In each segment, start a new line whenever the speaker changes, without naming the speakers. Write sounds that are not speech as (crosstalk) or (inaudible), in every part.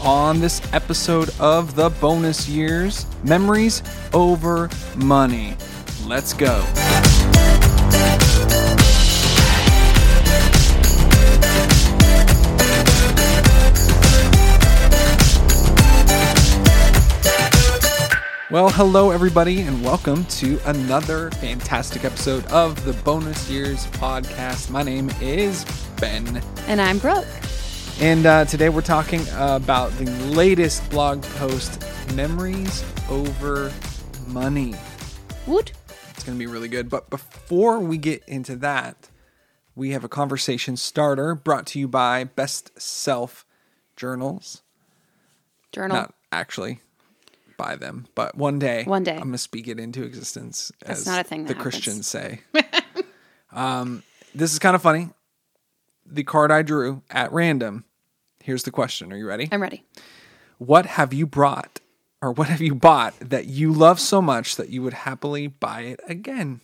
on this episode of the bonus years Memories Over Money. Let's go. Well, hello, everybody, and welcome to another fantastic episode of the Bonus Years Podcast. My name is Ben
And I'm Brooke.
And uh, today we're talking about the latest blog post, Memories Over Money.
Woot.
It's going to be really good. But before we get into that, we have a conversation starter brought to you by Best Self Journals.
Journal.
Not actually by them, but one day.
One day.
I'm going to speak it into existence,
That's
as
not a thing that
the
happens.
Christians
(laughs)
say. um, this is kind of funny. The card I drew at random. Here's the question. Are you ready?
I'm ready.
what have you brought or what have you bought that you love so much that you would happily buy it again?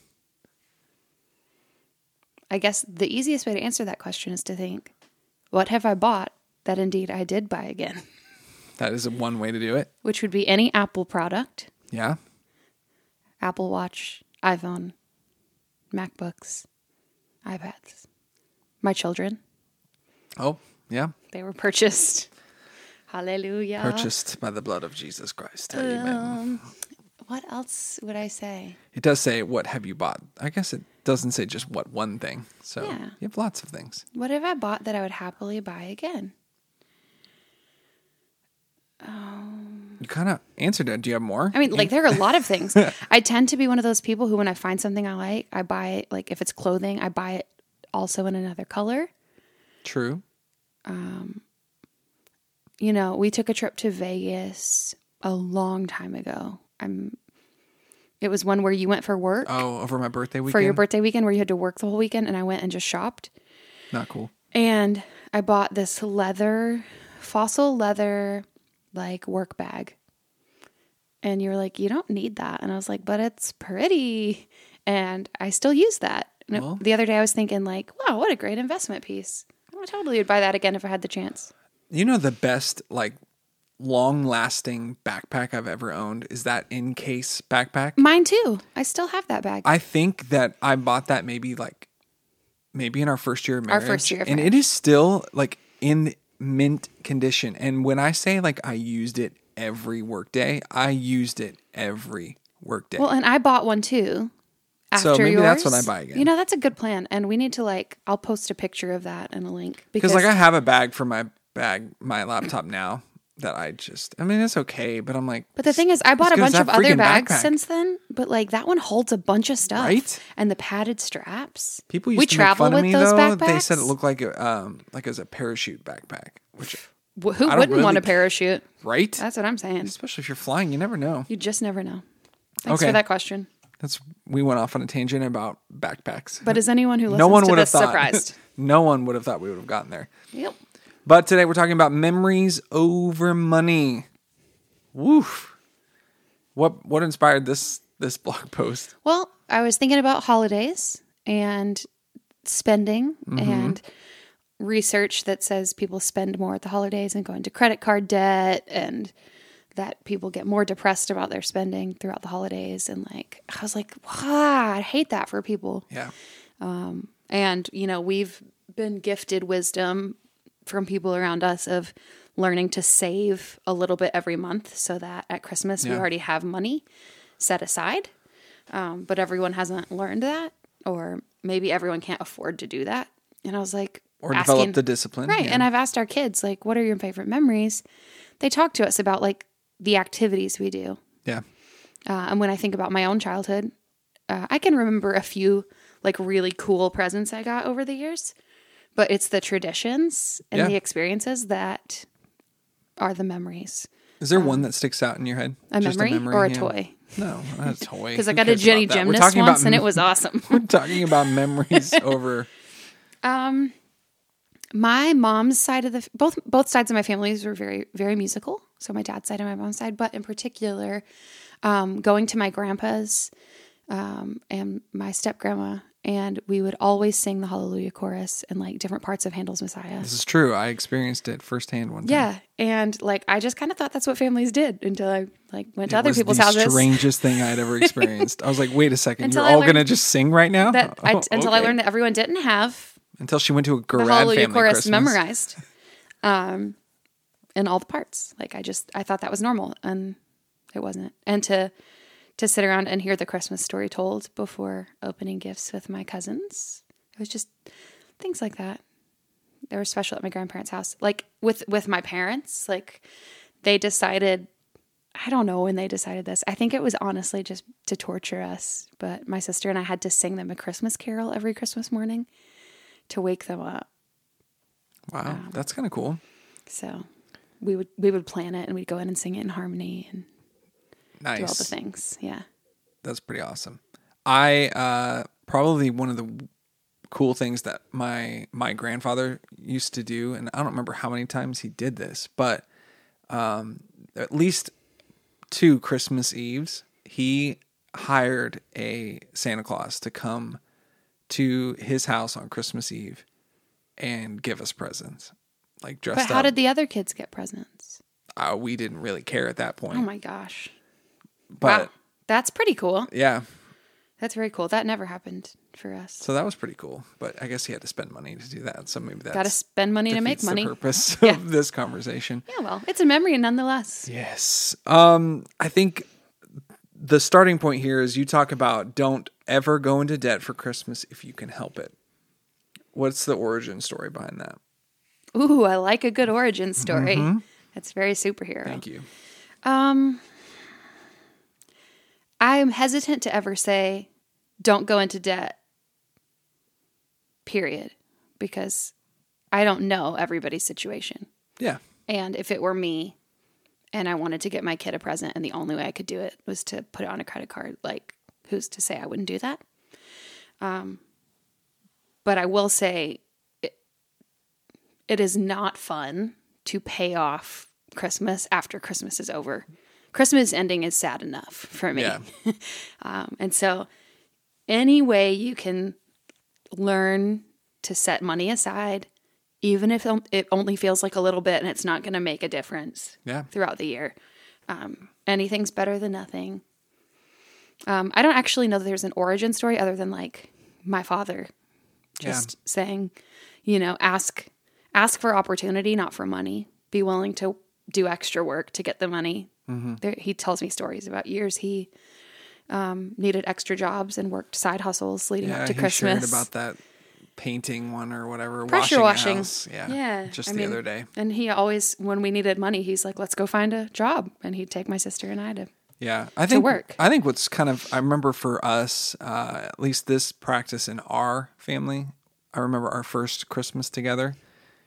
I guess the easiest way to answer that question is to think, what have I bought that indeed I did buy again?
That is one way to do it.
Which would be any Apple product,
Yeah.
Apple Watch, iPhone, MacBooks, iPads. My children,
Oh, yeah.
they were purchased. Hallelujah.
Purchased by the blood of Jesus Christ. Amen.
What else would I say?
It does say, What have you bought? I guess it doesn't say just what one thing. So
Yeah.
you have lots of things.
What have I bought that I would happily buy again?
You kind of answered it. Do you have more?
I mean, like there are a lot of things. I tend to be one of those people who, when I find something I like, I buy it. Like if it's clothing, I buy it also in another color.
True.
You know, we took a trip to Vegas a long time ago. I'm. It was one where you went for work
Oh, over my birthday weekend.
for your birthday weekend, where you had to work the whole weekend, and I went and just shopped.
Not cool.
And I bought this leather, fossil leather, like work bag. And you were like, you don't need that. And I was like, but it's pretty. And I still use that. And it-
Well-
the other day I was thinking, like, wow, what a great investment piece. I totally would buy that again if I had the chance.
You know the best like long lasting backpack I've ever owned is that in case backpack.
Mine too. I still have that bag.
I think that I bought that maybe like maybe in our first year of
Our
marriage.
first year of
and it is still like in mint condition. And when I say like I used it every workday, I used it every workday.
well, and I bought one too. After
So maybe
yours.
that's when I buy again.
You know, that's a good plan. And we need to like, I'll post a picture of that and a link
because like I have a bag for my bag my laptop now that I just I mean it's okay, but I'm like
But the thing is, I bought a
good as
bunch of
that
other
freaking
bags
backpack.
since then, but like that one holds a bunch of stuff,
Right?
And the padded straps.
people used
we
to
travel
make fun
with
of me
those
though.
backpacks.
They said it looked like a um like it was a parachute backpack, which I
Wh- Who
don't
wouldn't want
really
a parachute?
right?
That's what I'm saying.
Especially if you're flying, you never know.
You just never know. Thanks
Okay.
for that question.
That's we went off on a tangent about backpacks.
But is anyone who listens
no one
to
would have
this
thought. (laughs)
surprised?
no one would have thought we would have gotten there.
yep.
But today we're talking about memories over money. Woof. What what inspired this this blog (laughs) post?
Well, I was thinking about holidays and spending and research that says people spend more at the holidays and go into credit card debt and that people get more depressed about their spending throughout the holidays and like I was like, "Wow, I hate that for people."
Yeah.
And you know, we've been gifted wisdom from people around us of learning to save a little bit every month so that at Christmas we
Yeah.
already have money set aside. Um, but everyone hasn't learned that, or maybe everyone can't afford to do that. And I was like,
Or
asking-
develop the discipline.
Right.
Yeah.
And I've asked our kids, like, what are your favorite memories? They talk to us about like the activities we do.
yeah.
Uh, and when I think about my own childhood, uh, I can remember a few like really cool presents I got over the years, but it's the traditions and
Yeah.
the experiences that are the memories.
Is there one that sticks out in your head?
Um, A
Just
memory, or a
yeah.
toy.
No, not
(laughs)
a toy.
Because I
Who
got a
cares
Jenny
about that? We're
gymnast
talking
once
about
and it
mem- (laughs)
was awesome. (laughs)
We're talking about memories over.
my mom's side of the both both sides of my families were very very musical so my dad's side and my mom's side but in particular um, going to my grandpa's um, and my step grandma and we would always sing the Hallelujah chorus and like different parts of Handel's Messiah.
This is true. I experienced it firsthand one time.
Yeah, and like I just kind of thought that's what families did until I like went to
It
other
was
people's
the
houses.
strangest thing I'd
(laughs)
ever experienced. I was like, wait a second,
Until
you're
I
all
learned
gonna just sing right now?
that
(laughs)
I,
Oh,
until I
okay.
learned that everyone didn't have
Until she went to a
the
Garad
Hallelujah
family
chorus
Christmas.
memorized, um, in all the parts. Like I just I thought that was normal, and it wasn't. And to to sit around and hear the Christmas story told before opening gifts with my cousins, it was just things like that. They were special at my grandparents' house. Like with with my parents, like they decided. I don't know when they decided this. I think it was honestly just to torture us. But my sister and I had to sing them a Christmas carol every Christmas morning to wake them up.
Wow, that's kind of cool.
So we would we would plan it and we'd go in and sing it in harmony and do all the
Nice.
things. Yeah.
That's pretty awesome. I uh, probably one of the cool things that my my grandfather used to do, and I don't remember how many times he did this, but um, at least two Christmas Eves, he hired a Santa Claus to come to his house on Christmas Eve and give us presents, like dressed
But how
up.
did the other kids get presents?
uh, we didn't really care at that
Oh
point,
my gosh.
but
wow. That's pretty cool.
yeah,
That's very cool. That never happened for us.
So that was pretty cool. But I guess he had to spend money to do that. So maybe that's
Got to spend money to make
defeats
money.
The purpose
(laughs) Yeah.
of this conversation.
Yeah, well, it's a memory nonetheless.
Yes. Um, I think the starting point here is you talk about don't ever go into debt for Christmas if you can help it. What's the origin story behind that?
Ooh, I like a good origin story. That's very superhero.
Mm-hmm. Thank you.
Um, I am hesitant to ever say, don't go into debt, period, because I don't know everybody's situation.
Yeah.
And if it were me and I wanted to get my kid a present and the only way I could do it was to put it on a credit card, like who's to say I wouldn't do that? Um, but I will say it, it is not fun to pay off Christmas after Christmas is over. Christmas ending is sad enough for me.
Yeah.
Um, and so, any way you can learn to set money aside, even if it only feels like a little bit and it's not going to make a difference (laughs)
Yeah.
throughout the year, um, anything's better than nothing. Um, I don't actually know that there's an origin story other than like my father
Yeah.
just saying, you know, ask ask for opportunity, not for money. Be willing to do extra work to get the money.
Mm-hmm.
There, he tells me stories about years he um, needed extra jobs and worked side hustles leading
Yeah.
up to
he
Christmas.
shared about that painting one or whatever. washing.
Pressure
a
washing.
house. Yeah.
Yeah,
Just
I
the
mean-
other day.
and he always, when we needed money, he's like, "Let's go find a job," and he'd take my sister and I to.
Yeah, I think
work.
I think what's kind of I remember for us, uh, at least this practice in our family. I remember our first Christmas together.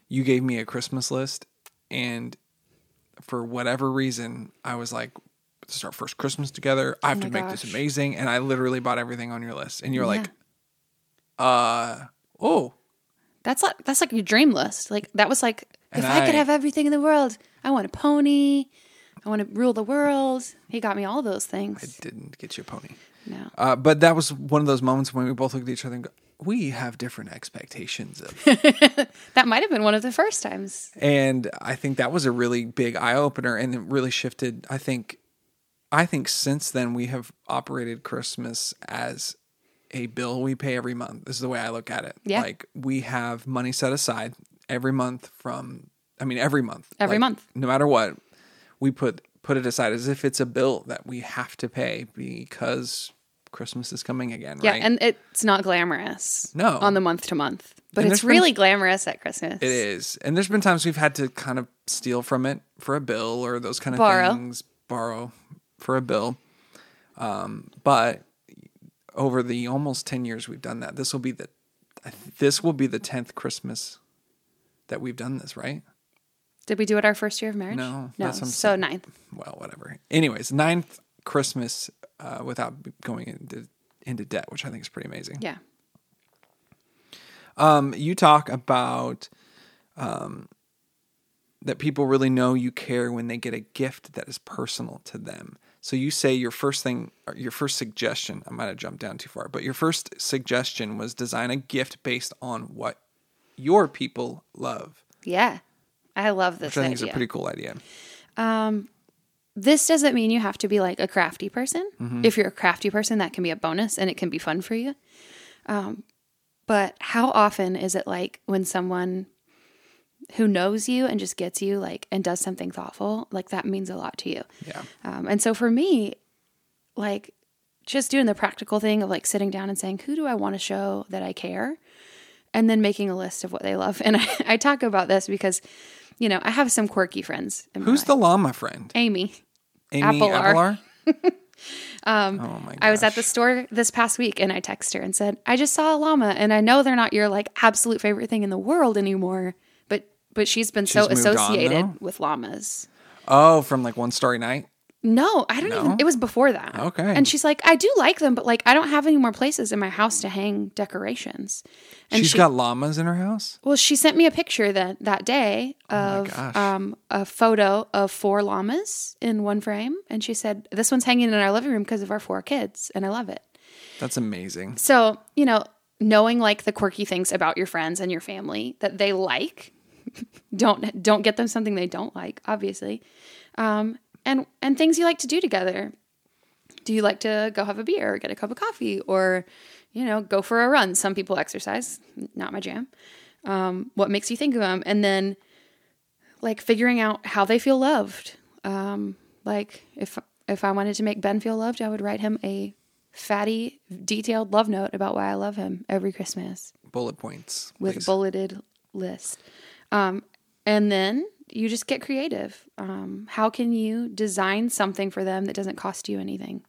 You gave me a Christmas list, and for whatever reason, I was like, "This is our first Christmas together. I have to
Oh my
make this
gosh.
amazing." And I literally bought everything on your list, and you're like,
Yeah.
"Uh, oh,
That's like that's like your dream list. Like that was like,
And
if I, could
I-
have everything in the world, I want a pony. I want to rule the world. He got me all those things.
didn't get you a pony."
no.
Uh, but that was one of those moments when we both looked at each other and go, "We have different expectations of
That might have been one of the first times.
and I think that was a really big eye opener, and it really shifted. I think, I think since then we have operated Christmas as a bill we pay every month. This is the way I look at it.
Yeah.
like we have money set aside every month from. I mean, every month.
Every
Like,
month.
no matter what, we put put it aside as if it's a bill that we have to pay because Christmas is coming again.
Yeah,
right?
and it's not glamorous.
No.
On the month to month. But
And there's
it's
been-
really glamorous at Christmas.
It is. And there's been times we've had to kind of steal from it for a bill or those kind of
Borrow.
things, borrow for a bill. Um, but over the almost 10 years we've done that, this will be the this will be the 10th Christmas that we've done this, right?
Did we do it our first year of marriage?
No,
No.
that's what I'm
so
saying.
ninth.
Well, whatever. Anyways, ninth Christmas uh, without going into into debt, which I think is pretty amazing.
Yeah.
Um, you talk about um, that people really know you care when they get a gift that is personal to them. So you say your first thing, or your first suggestion, I might have jumped down too far, but your first suggestion was design a gift based on what your people love,
Yeah. I love
which
this
I think
idea.
is a pretty cool idea.
this doesn't mean you have to be like a crafty person.
Mm-hmm.
If you're a crafty person, that can be a bonus and it can be fun for you. Um, but how often is it like when someone who knows you and just gets you like and does something thoughtful, like that means a lot to you.
Yeah.
Um, and so for me, like just doing the practical thing of like sitting down and saying, who do I want to show that I care? And then making a list of what they love. (laughs) And I, I talk about this because, you know, I have some quirky friends. In my
Who's
life.
the llama friend?
Amy?
Amy Abelar.
Apilar.
oh my gosh.
I was at the store this past week and I texted her and said, I just saw a llama and I know they're not your like absolute favorite thing in the world anymore, but but she's been so
She's moved on,
associated
though?
with llamas.
Oh, from like One Starry Night.
No, I don't even it was before that.
Okay.
And she's like, I do like them, but like I don't have any more places in my house to hang decorations. And
She's
she
got llamas in her house.
well, she sent me a picture that that day of
Oh gosh.
um a photo of four llamas in one frame and she said, This one's hanging in our living room because of our four kids and I love it.
That's amazing.
So, you know, knowing like the quirky things about your friends and your family that they like, (laughs) don't don't get them something they don't like, obviously. Um, and and things you like to do together. Do you like to go have a beer or get a cup of coffee or, you know, go for a run? Some people exercise, not my jam. Um, what makes you think of them? And then like figuring out how they feel loved. Um, like if if I wanted to make Ben feel loved, I would write him a fatty, detailed love note about why I love him every Christmas
Bullet points.
with
please.
a bulleted list. Um, and then you just get creative. Um, how can you design something for them that doesn't cost you anything?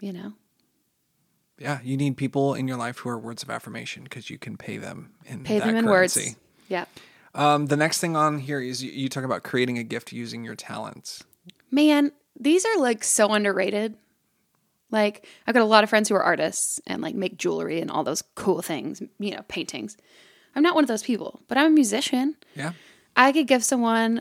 You know,
yeah, you need people in your life who are words of affirmation because you can pay them in
pay
that
them in
currency.
words. Yep.
Um, the next thing on here is you, you talk about creating a gift using your talents.
Man, these are like so underrated. Like, I've got a lot of friends who are artists and like make jewelry and all those cool things, you know, paintings. I'm not one of those people, but I'm a musician.
Yeah,
I could give someone,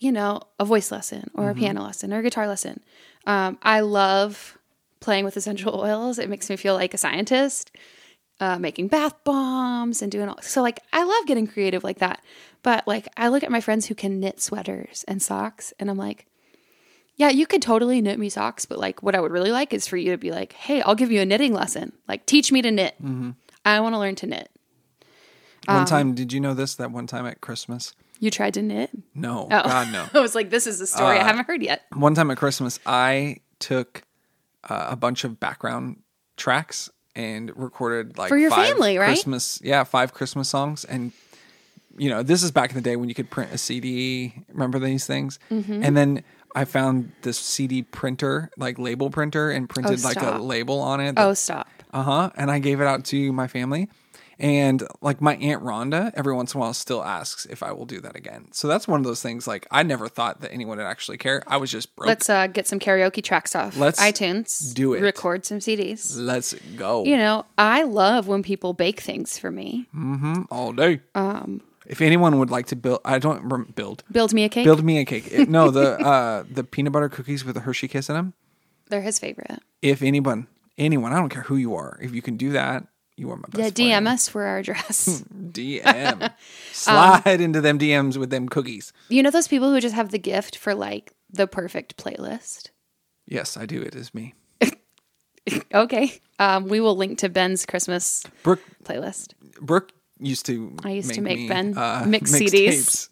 you know, a voice lesson or a piano lesson or a guitar lesson. Um, I love playing with essential (laughs) oils. It makes me feel like a scientist, uh, making bath bombs and doing all. So, like, I love getting creative like that. But, like, I look at my friends who can knit sweaters and socks, and I'm like, yeah, you could totally knit me socks, but like, what I would really like is for you to be like, hey, I'll give you a knitting lesson. Like, teach me to knit. I want to learn to knit.
one
Um,
time, did you know this? That one time at Christmas?
You tried to knit?
No,
Oh,
God no.
(laughs)
Uh,
I was like, this is a story I haven't heard yet.
one time at Christmas, I took uh, a bunch of background tracks and recorded like
For your
five
family, right?
Christmas, yeah, five Christmas songs. And you know, this is back in the day when you could print a CD. Remember these things?
Mm-hmm.
And then I found this CD printer, like label printer, and printed like a
Oh, stop.
label on it.
Oh, stop.
Uh huh. And I gave it out to my family. And like my aunt Rhonda, every once in a while still asks if I will do that again. So that's one of those things. Like I never thought that anyone would actually care. I was just broke.
Let's uh, get some karaoke tracks off
Let's
iTunes.
do it.
Record some CDs.
Let's go
You know, I love when people bake things for me.
all day. Um, if anyone would like to build, I don't rem- build.
Build me a cake.
Build me a cake. It- no,
(laughs)
the uh, the peanut butter cookies with the Hershey kiss in them.
They're his favorite.
If anyone, anyone, I don't care who you are, if you can do that, you are my
Yeah, Um,
best.
DM us for
(laughs)
our address.
friend. DM. Slide into them DMs with them cookies.
(laughs) you know those people who just have the gift for like the perfect playlist?
Yes, I do. It is me.
Okay. Um, we will link to Ben's Christmas
Brooke
playlist.
Brooke used to.
I used to make
me,
Ben
uh,
mix CDs.
mixtapes.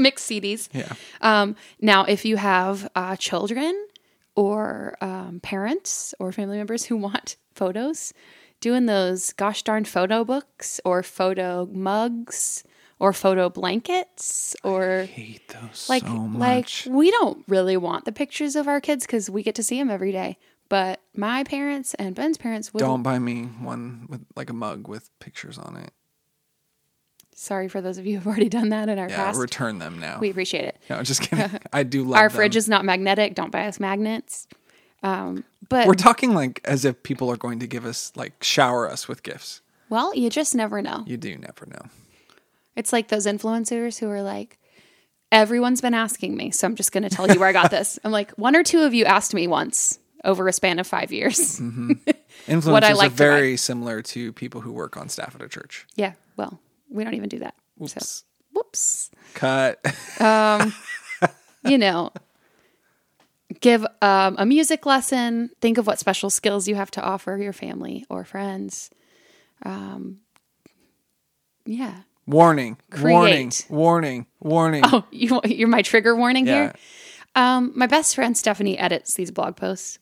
Mix CDs.
Yeah,
Um, now, if you have uh, children or um, parents or family members who want photos, doing those gosh darn photo books or photo mugs or photo blankets or
hate those
like
so
like
much.
we don't really want the pictures of our kids because we get to see them every day. But my parents and Ben's parents would.
don't buy me one with like a mug with pictures on it.
Sorry for those of you who've already done that in our
Yeah,
past.
return them now.
we appreciate it.
No, just
(laughs)
kidding. I do love
Our
them.
fridge is not magnetic. Don't buy us magnets. Um, but
We're talking like as if people are going to give us like shower us with gifts.
well, you just never know.
You do never know.
It's like those influencers who are like, everyone's been asking me, so I'm just going to tell you where I got this. I'm like, one or two of you asked me once over a span of five years.
Influencers
What I like
are
to
very similar to people who work on staff at a church.
Yeah. Well, we don't even do that. So,
Whoops.
whoops.
Cut. (laughs)
You know, give um, a music lesson. Think of what special skills you have to offer your family or friends. Um, yeah.
warning. Warning.
Create.
Warning. Warning.
Oh, you, you're my trigger warning
yeah.
here. Um, my best friend Stephanie edits these blog posts,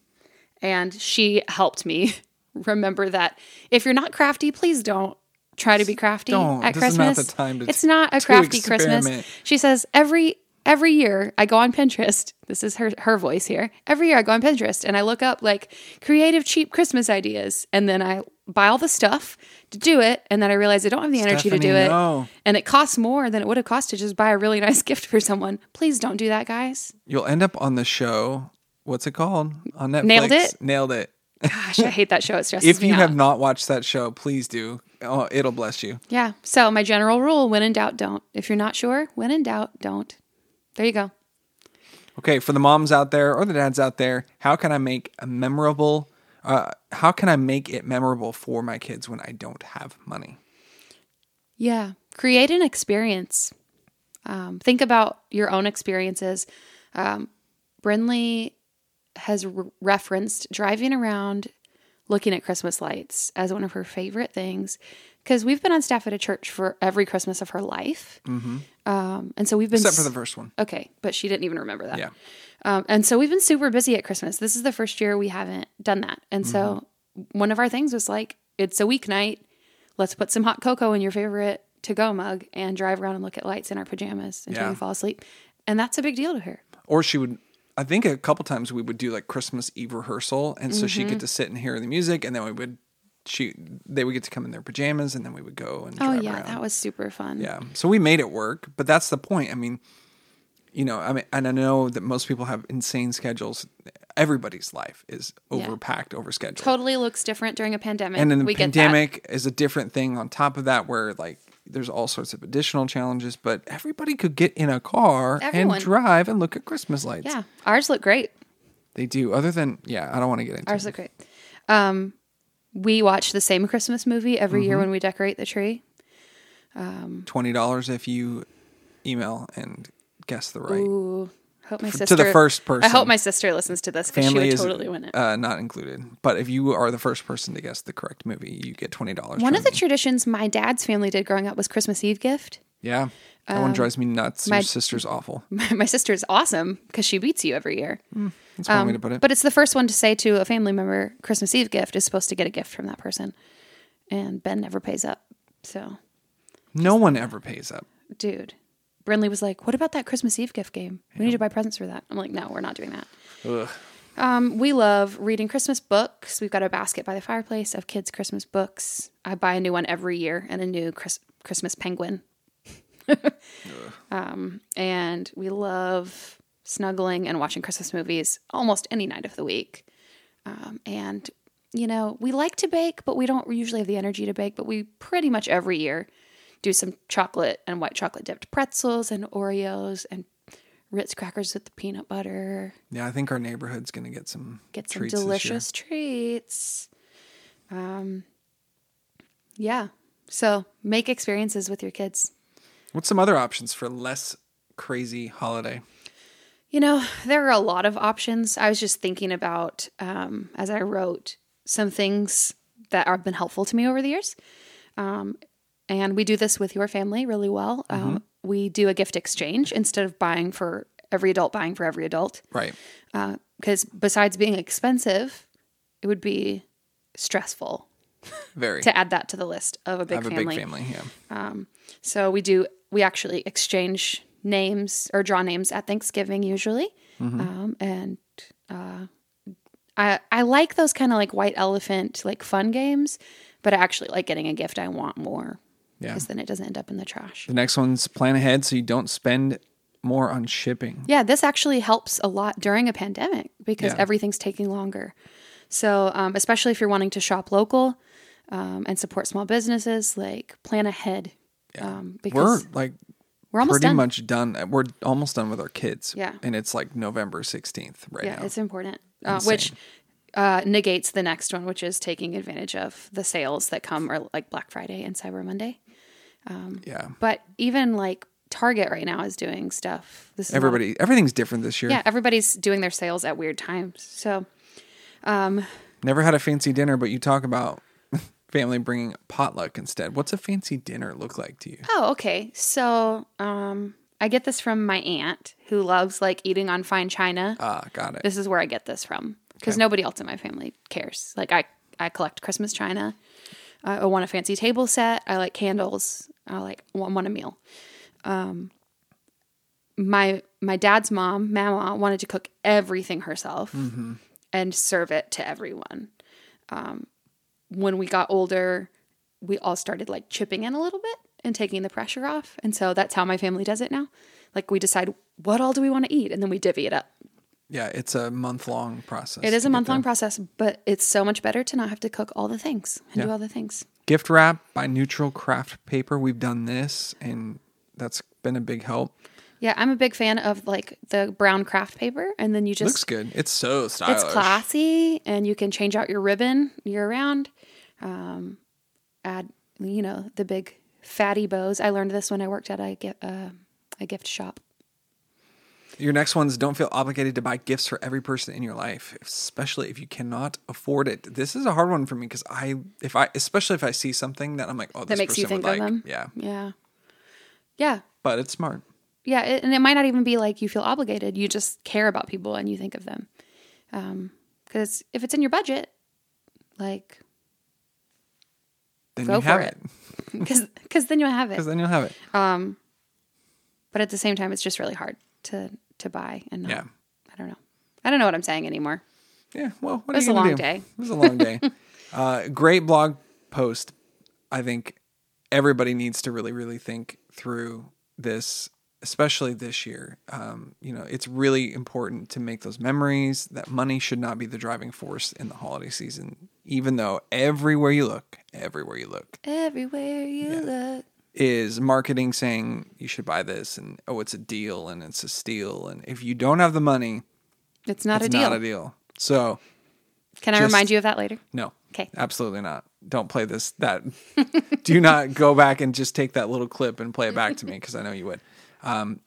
and she helped me (laughs) remember that if you're not crafty, please don't try to be crafty
Don't.
at
This is not
Christmas.
the time to-
it's not a crafty
experiment.
Christmas. She says every every year I go on Pinterest. (laughs) This is her her voice here. Every year I go on Pinterest and I look up like creative cheap Christmas ideas, and then I buy all the stuff to do it, and then I realize I don't have the energy to do
Stephanie,
it.
no.
And it costs more than it would have cost to just buy a really (laughs) nice gift for someone. Please don't do that, guys.
You'll end up on the show. What's it called? On Netflix.
Nailed It?
Nailed it.
Gosh, I hate that show. It stresses
If
me
you
out.
have not watched that show, please do. Oh, it'll bless you.
yeah. So my general rule: when in doubt, don't. If you're not sure, when in doubt, don't. There you go.
Okay, for the moms out there or the dads out there, how can I make a memorable? Uh, how can I make it memorable for my kids when I don't have money?
Yeah. Create an experience. Um, think about your own experiences. Um, Brinley has re- referenced driving around looking at Christmas lights as one of her favorite things because we've been on staff at a church for every Christmas of her life. Um, and so we've been.
Mm-hmm. Except for
s-
the first one.
Okay, but she didn't even remember that.
Yeah.
Um, and so we've been super busy at Christmas. This is the first year we haven't done that. And so
Mm-hmm.
one of our things was like, it's a weeknight. Let's put some hot cocoa in your favorite to go mug and drive around and look at lights in our pajamas until
Yeah.
we fall asleep. And that's a big deal to her.
Or she would. I think a couple times we would do like Christmas Eve rehearsal, and so
Mm-hmm.
she'd get to sit and hear the music, and then we would. She they would get to come in their pajamas, and then we would go and.
Oh,
drive
yeah.
around.
That was super fun.
Yeah. So we made it work, but that's the point. I mean, you know, I mean, and I know that most people have insane schedules. Everybody's life is overpacked, overscheduled.
Totally looks different during a pandemic.
And then the
we get that.
pandemic is a different thing on top of that, where like there's all sorts of additional challenges, but everybody could get in a car
Everyone.
and drive and look at Christmas lights.
Yeah. Ours look great.
They do. Other than, yeah, I don't want to get into
Ours look great. Um, we watch the same Christmas movie every
Mm-hmm.
year when we decorate the tree.
it. $20 if you email and guess the right.
Ooh, hope my
the
sister
first
I
person.
hope my sister listens to this because she
Family
would
is
totally win it.
Uh, not included. But if you are the first person to guess the correct movie, you get $20.
One
from
of the
me.
traditions my dad's family did growing up was Christmas Eve gift. (laughs)
Yeah. That one drives me nuts.
Um, my-
Your sister's awful.
My, my sister is awesome because she beats you every year.
That's one way to put it.
um, But it's the first one to say to a family member, Christmas Eve gift is supposed to get a gift from that person. And Ben never pays up. So,
no one ever pays up.
dude. Brinley was like, What about that Christmas Eve gift game? We need to buy presents for that. I'm like, No, we're not doing that.
Ugh.
Um, we love reading Christmas books. We've got a basket by the fireplace of kids' Christmas books. I buy a new one every year and a new Chris- Christmas penguin. um, and we love snuggling and watching Christmas movies almost any night of the week. Um, and, you know, we like to bake, but we don't usually have the energy to bake, but we pretty much every year do some chocolate and white chocolate dipped pretzels and Oreos and Ritz crackers with the peanut butter
Yeah, I think our neighborhood's going to get some
get some
treats this year.
delicious treats. Um, yeah. So make experiences with your kids.
What's some other options for less crazy holiday?
You know, there are a lot of options. I was just thinking about um, as I wrote some things that have been helpful to me over the years. Um, and we do this with your family really well. Um, we do a gift exchange instead of buying for every adult, buying for every adult.
Right.
Because besides being expensive, it would be stressful
Very.
to add that to the list of a big,
have a
family.
big family. Yeah.
So we do we actually exchange names or draw names at Thanksgiving usually,
Mm-hmm.
um, and uh, I I like those kind of like white elephant like fun games, but I actually like getting a gift I want more
Yeah.
because then it doesn't end up in the trash.
The next one's plan ahead so you don't spend more on shipping.
Yeah, this actually helps a lot during a pandemic because
Yeah.
everything's taking longer. So, um, especially if you're wanting to shop local um, and support small businesses, like plan ahead. Um,
We're like
We're almost
pretty
done.
much done. We're almost done with our kids.
Yeah.
And it's like November 16th right
yeah,
now.
it's important. Uh, which uh, negates the next one, which is taking advantage of the sales that come or like Black Friday and Cyber Monday.
yeah.
But even like Target right now is doing stuff. This is not-
Everybody, everything's different this year.
yeah, everybody's doing their sales at weird times. So
Never had a fancy dinner, but you talk about (laughs) family bringing potluck instead. What's a fancy dinner look like to you?
Oh, okay. So, um, I get this from my aunt who loves like eating on fine china.
Ah, got it.
this is where I get this from because nobody else in my family cares. Like I, I collect Christmas china. I I want a fancy table set. I like candles. I like want, want a meal. Um, my my dad's mom, Mama, wanted to cook everything herself and serve it to everyone. Um, when we got older, we all started like chipping in a little bit and taking the pressure off, and so that's how my family does it now. Like we decide what all do we want to eat, and then we divvy it up.
Yeah, it's a month long process.
It is
to
a
get
month long
them.
process, but it's so much better to not have to cook all the things and do all the things.
Gift wrap by neutral craft paper. We've done this, and that's been a big help.
Yeah, I'm a big fan of like the brown craft paper, and then you just
Looks good. It's so stylish.
it's classy, and you can change out your ribbon year round. Um, add you know the big fatty bows. I learned this when I worked at a gift uh, a gift shop.
Your next ones don't feel obligated to buy gifts for every person in your life, especially if you cannot afford it. This is a hard one for me because I, if I, especially if I see something that I'm like, oh, this
That makes
person
you think
would
of
like.
them.
Yeah,
yeah, yeah,
but it's smart.
yeah. It, and it might not even be like you feel obligated. You just care about people and you think of them. Because if it's in your budget, like
Then
Go
you have
for
it.
because because then you'll have it. Um,
Because then you'll have it.
But at the same time, it's just really hard to to buy and not.
Yeah.
I don't know. I don't know what I'm saying anymore.
Yeah. Well, what
It was
are you
a
gonna
long
do?
day.
It was a long
(laughs)
day. uh, great blog post. I think everybody needs to really, really think through this, especially this year. Um, you know, it's really important to make those memories. That money should not be the driving force in the holiday season, even though everywhere you look, everywhere you look,
Everywhere you look.
is marketing saying you should buy this and oh, it's a deal and it's a steal. And if you don't have the money,
It's not,
it's
a, deal.
not a deal. So
Can I
Just-
remind you of that later?
No.
Okay.
Absolutely not. Don't play this. That. (laughs) do not go back and just take that little clip and play it back to me because I know you would. Um,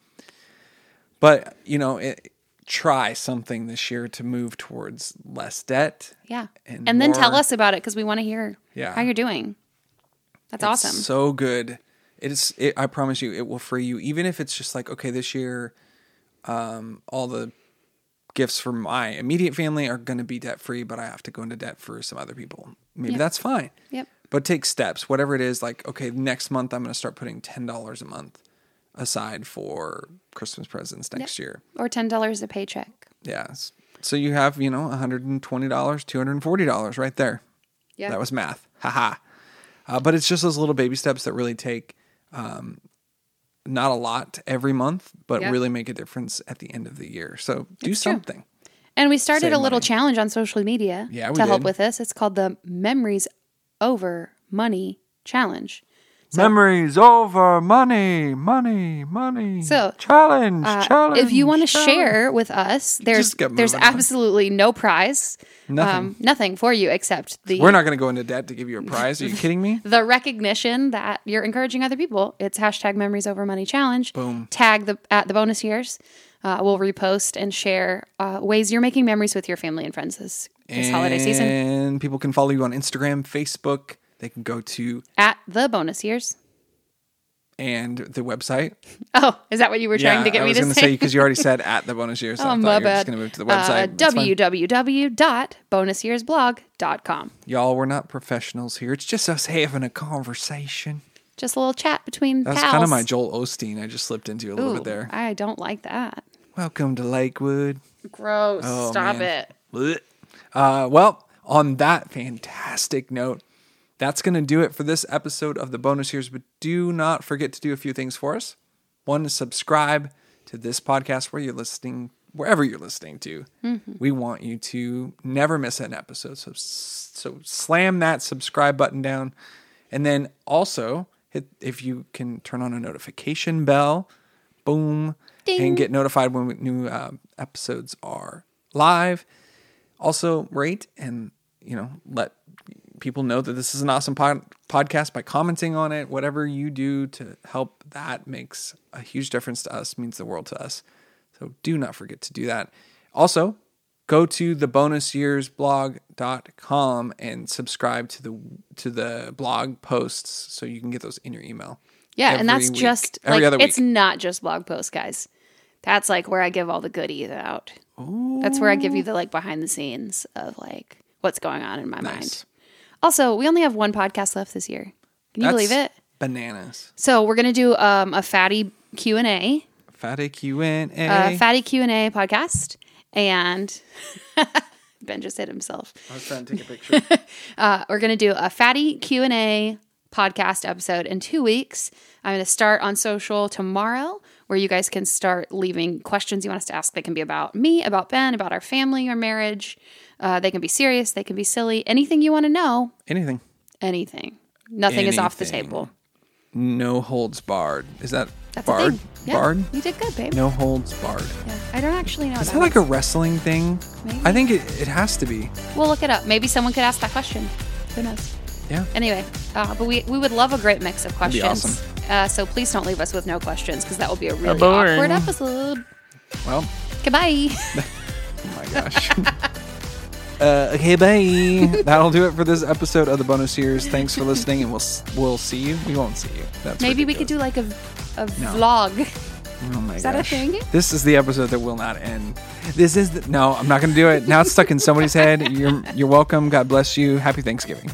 but you know, it, try something this year to move towards less debt.
Yeah.
And
And, then tell
more-
us about it because we want to hear
Yeah.
how you're doing. That's
It's
awesome.
So good. It is. It, I promise you, it will free you. Even if it's just like, okay, this year, um, all the gifts for my immediate family are going to be debt free, but I have to go into debt for some other people. Maybe that's fine.
Yep.
But take steps, whatever it is. Like, okay, next month I'm going to start putting ten dollars a month aside for Christmas presents next year.
Or ten dollars a paycheck.
Yeah. S- So you have, you know, $120, $240 right there.
Yeah.
That was math. Haha. Uh, but it's just those little baby steps that really take um, not a lot every month, but
Yeah.
really make a difference at the end of the year. So do something.
And we started
Save
a little
money.
challenge on social media
Yeah, we
to help
did.
with this. It's called the Memories Over Money Challenge.
Memories over money, money, money.
So,
challenge,
Uh, if you want to share with us, there's
Just get
there's
moving on.
absolutely no prize, um,
Nothing.
nothing for you except the
We're not going to go into debt to give you a prize.
(laughs)
Are you kidding me?
the recognition that you're encouraging other people. It's hashtag Memories Over Money Challenge.
Boom.
Tag the at the bonus years. Uh, we'll repost and share uh, ways you're making memories with your family and friends this, this holiday season
And people can follow you on Instagram, Facebook. They can go to
at the bonus years.
and the website.
Oh, is that what you were trying to get
I
me
was
to
gonna say because you already said at the bonus year, so I
(laughs) oh,
thought
my
you were just
bad.
going to move to the
Uh,
website. That's fine.
www.bonusyearsblog.com.
Y'all, we're not professionals here. It's just us having a conversation.
Just a little chat between
That's
pals.
kind of my Joel Osteen. I just slipped into a little
Ooh,
bit there.
I don't like that.
Welcome to Lakewood.
Gross.
Oh,
Stop
man.
it.
Blech. Uh, well, on that fantastic note, that's going to do it for this episode of the bonus years. But do not forget to do a few things for us. One is subscribe to this podcast where you're listening, wherever you're listening to. We want you to never miss an episode. So, so slam that subscribe button down. And then also hit if you can turn on a notification bell, boom,
Ding.
and get notified when we- new uh, episodes are live. Also, rate and you know let people know that this is an awesome pod- podcast by commenting on it. Whatever you do to help that makes a huge difference to us, means the world to us. So do not forget to do that. Also, go to the bonusyearsblog.com and subscribe to the to the blog posts so you can get those in your email.
Yeah,
Every
and that's
week.
just
every
like
other week.
it's not just blog posts, guys. That's like where I give all the goodies out. That's where I give you the like behind the scenes of like what's going on in my mind.
Nice.
Also, we only have one podcast left this year. Can you believe it?
That's Bananas.
So we're gonna do um, a fatty Q and A,
Fatty Q and A.
a fatty Q and A podcast, and (laughs) Ben just hit himself.
I was trying to take a picture.
Uh, we're gonna do a fatty Q and A podcast episode in two weeks. I'm gonna start on social tomorrow, where you guys can start leaving questions you want us to ask. They can be about me, about Ben, about our family, our marriage. Uh, they can be serious. They can be silly. Anything you want to know.
(laughs) Anything.
Anything. Nothing is off the
Anything.
table.
No holds barred. Is that
That's a
barred?
thing. Yeah,
Barred?
You did good, babe.
No holds barred.
Yeah. I don't actually know.
Is that like a wrestling thing?
Maybe.
I think it, it has to be.
We'll look it up. Maybe someone could ask that question. Who knows?
Yeah.
Anyway, uh, but we, we would love a great mix of
be
questions.
awesome.
uh, so please don't leave us with no questions because that will be a really
boring.
awkward episode.
Well,
Goodbye.
Oh
(laughs)
my gosh. uh, okay, bye. That'll do it for this episode of the bonus years. Thanks for listening, and we'll s- we'll see you. We won't see you. That's
Maybe we could do like a, a vlog.
Oh my is
that a thing?
This is the episode that will not end. This is the, no. I'm not going to do it. Now it's stuck in somebody's head. You're you're welcome. God bless you. Happy Thanksgiving.